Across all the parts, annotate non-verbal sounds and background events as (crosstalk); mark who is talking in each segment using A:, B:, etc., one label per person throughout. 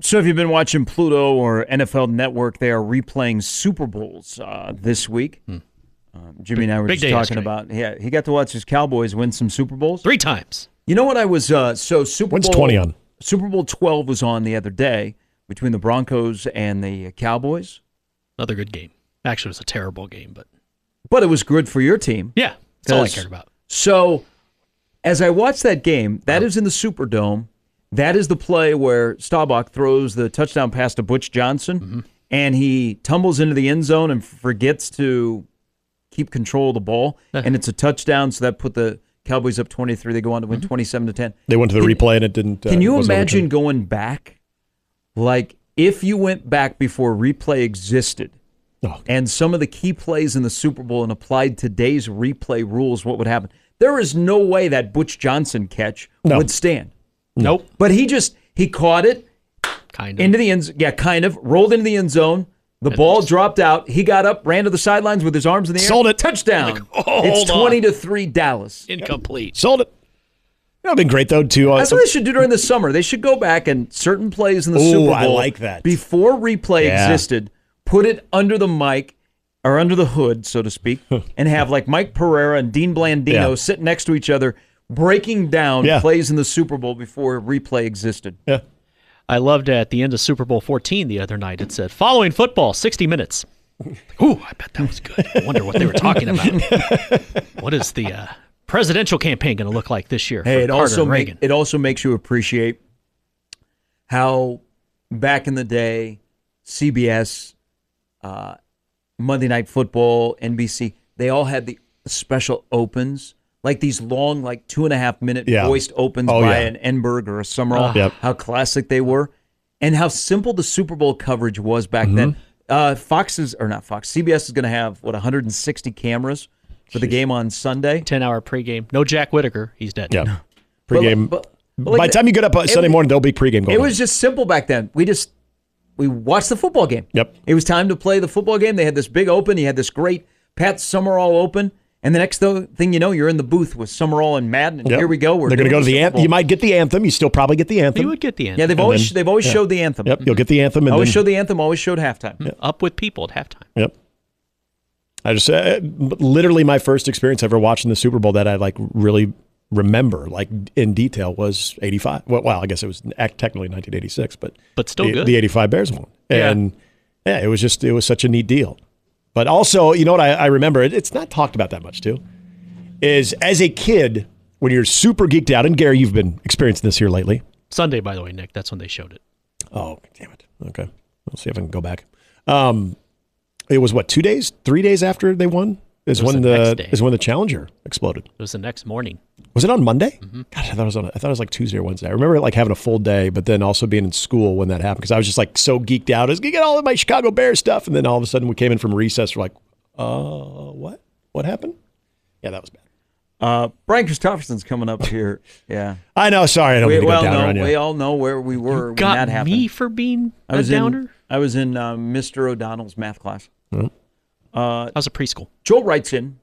A: So, if you've been watching Pluto or NFL Network, they are replaying Super Bowls uh, this week. Um, Jimmy and I were
B: big
A: just
B: day
A: talking
B: yesterday.
A: about. Yeah, he got to watch his Cowboys win some Super Bowls.
B: Three times.
A: You know what I was uh, so Super
C: When's
A: Bowl
C: 20 on?
A: Super Bowl twelve was on the other day between the Broncos and the Cowboys,
B: Another good game. Actually, it was a terrible game, but
A: but it was good for your team.
B: yeah, that's all I
A: Because-
B: cared about.
A: So, as I watched that game, that is in the Superdome. That is the play where Staubach throws the touchdown pass to Butch Johnson, and he tumbles into the end zone and forgets to keep control of the ball, and it's a touchdown. So that put the Cowboys up twenty three. They go on to win seven to ten.
C: They went to the
A: Can-
C: replay and it didn't. uh,
A: Can you
C: wasn't overturned.
A: imagine going back? Like if you went back before replay existed
C: Oh,
A: and some of the key plays in the Super Bowl and applied today's replay rules, what would happen? There is no way that Butch Johnson catch
C: No.
A: would stand.
B: Nope.
A: But he just he caught it
B: Kind of.
A: into the end yeah, kind of rolled into the end zone. The ball dropped out. He got up, ran to the sidelines with his arms in the air.
C: Sold it.
A: Touchdown.
B: Like, oh,
A: it's
B: hold on.
A: 20 to 3 Dallas.
B: Incomplete.
C: sold it. That would been great, though, too. Uh,
A: That's
C: some-
A: what they should do during the summer. They should go back and certain plays in the
C: Ooh,
A: Super Bowl
C: I like that.
A: before replay
C: Yeah.
A: existed, put it under the mic or under the hood, so to
C: (laughs)
A: speak, and have like Mike Pereira and Dean Blandino
C: Yeah.
A: sit next to each other breaking down
C: Yeah.
A: plays in the Super Bowl before replay existed.
C: yeah.
B: I loved at the end of Super Bowl 14 the other night. It said, following football, 60 minutes. Ooh, I bet that was good. I wonder what they were talking about. what is the uh, presidential campaign going to look like this year? for
A: Hey, it
B: Carter
A: also
B: and
A: make,
B: Reagan.
A: it also makes you appreciate how back in the day, CBS, uh, Monday Night Football, NBC, they all had the special opens, like these long, like two and a half minute
C: Yeah.
A: voiced opens
C: Oh,
A: by
C: yeah.
A: an Enberg or a Summerall.
C: Yep.
A: How classic they were, and how simple the Super Bowl coverage was back
C: Mm-hmm.
A: then. Uh, Fox's or not Fox, CBS is going to have what 160 cameras for the game on Sunday.
B: 10 hour pregame. No Jack Whitaker. He's dead.
C: Yeah. Pregame.
A: But- but- but like
C: By the time you get up uh,
A: it-
C: Sunday morning, there'll be pregame going.
A: It
C: on.
A: was just simple back then. We just we watched the football game.
C: Yep.
A: It was time to play the football game. They had this big open. You had this great Pat Summerall open, and the next tho- thing you know, you're in the booth with Summerall and Madden. And
C: Yep.
A: Here we go. We're
C: They're going to
A: doing
C: go to the
A: Super
C: anthem.
A: Bowl.
C: You might get the anthem. You still probably get the anthem.
B: You would get the end.
A: Yeah, they've always
C: then-
A: they've always
C: yeah.
A: showed the anthem.
C: Yep, you'll get the anthem. And
A: Always
C: then,
A: showed the anthem. Always showed halftime.
B: Up with people at halftime.
C: Yep. I just uh, literally my first experience ever watching the Super Bowl that I like really remember like in detail was 85. Well, well I guess it was act- technically 1986, but
B: But still
C: the,
B: good.
C: the 85 Bears won.
B: Yeah.
C: And yeah, it was just it was such a neat deal. But also, you know what I, I remember? It, it's not talked about that much too. Is as a kid when you're super geeked out, and Gary, you've been experiencing this here lately.
B: Sunday, by the way, Nick. That's when they showed it.
C: Oh, damn it. Okay. Let's see if I can go back. Um, it was what, two days, three days after they won? Is
B: was
C: when
B: the
C: the,
B: next day.
C: is when the Challenger exploded.
B: It was the next morning.
C: Was it on Monday?
B: Mm-hmm.
C: God, I thought it was on. I thought it was like Tuesday or Wednesday. I remember like having a full day, but then also being in school when that happened because I was just like so geeked out. I was gonna get all of my Chicago Bears stuff, and then all of a sudden we came in from recess. We're like, uh, what? What happened? Yeah, that was bad.
A: Uh, Brian Christopherson's coming up here. Yeah.
C: I know. Sorry, I don't mean
A: We,
C: to go
A: well,
C: down on
A: no,
C: you.
A: we all know where we were when
B: Got
A: that happened.
B: me for being
A: I
B: a
A: was
B: downer.
A: in I was in uh, Mr. O'Donnell's math class.
B: I was a preschool.
A: Joel writes in.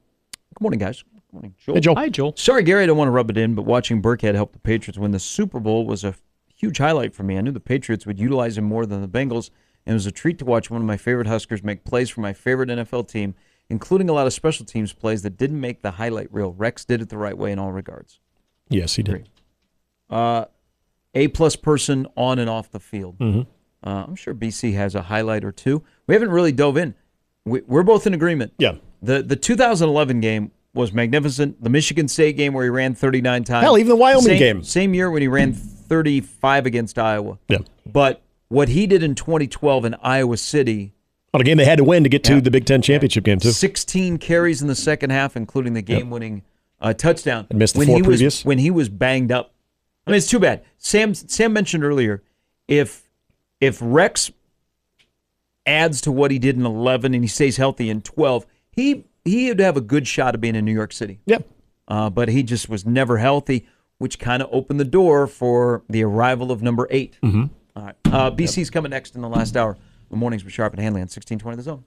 A: Good morning, guys. Good morning, Joel.
C: hey, Joel.
B: Hi, Joel.
A: Sorry, Gary, I don't want to rub it in, but watching Burkhead help the Patriots win the Super Bowl was a huge highlight for me. I knew the Patriots would utilize him more than the Bengals, and it was a treat to watch one of my favorite Huskers make plays for my favorite NFL team, including a lot of special teams plays that didn't make the highlight reel. Rex did it the right way in all regards.
C: Yes, he did.
A: A plus person on and off the field. Uh, I'm sure BC has a highlight or two. We haven't really dove in. We, we're both in agreement.
C: Yeah.
A: The the 2011 game was magnificent. The Michigan State game where he ran 39 times.
C: Hell, even the Wyoming
A: same,
C: game.
A: Same year when he ran 35 against Iowa.
C: Yeah.
A: But what he did in 2012 in Iowa City,
C: On a game they had to win to get to the Big Ten championship game too.
A: 16 carries in the second half, including the game-winning uh, touchdown.
C: And missed the
A: when
C: four
A: he
C: previous.
A: Was, when he was banged up. I mean, it's too bad. Sam Sam mentioned earlier, if if Rex adds to what he did in 11 and he stays healthy in 12, he he would have a good shot of being in New York City.
C: Yeah.
A: uh, but he just was never healthy, which kind of opened the door for the arrival of number 8 All right, uh, BC's coming next in the last hour. The mornings with Sharp and Hanley on 1620 The Zone.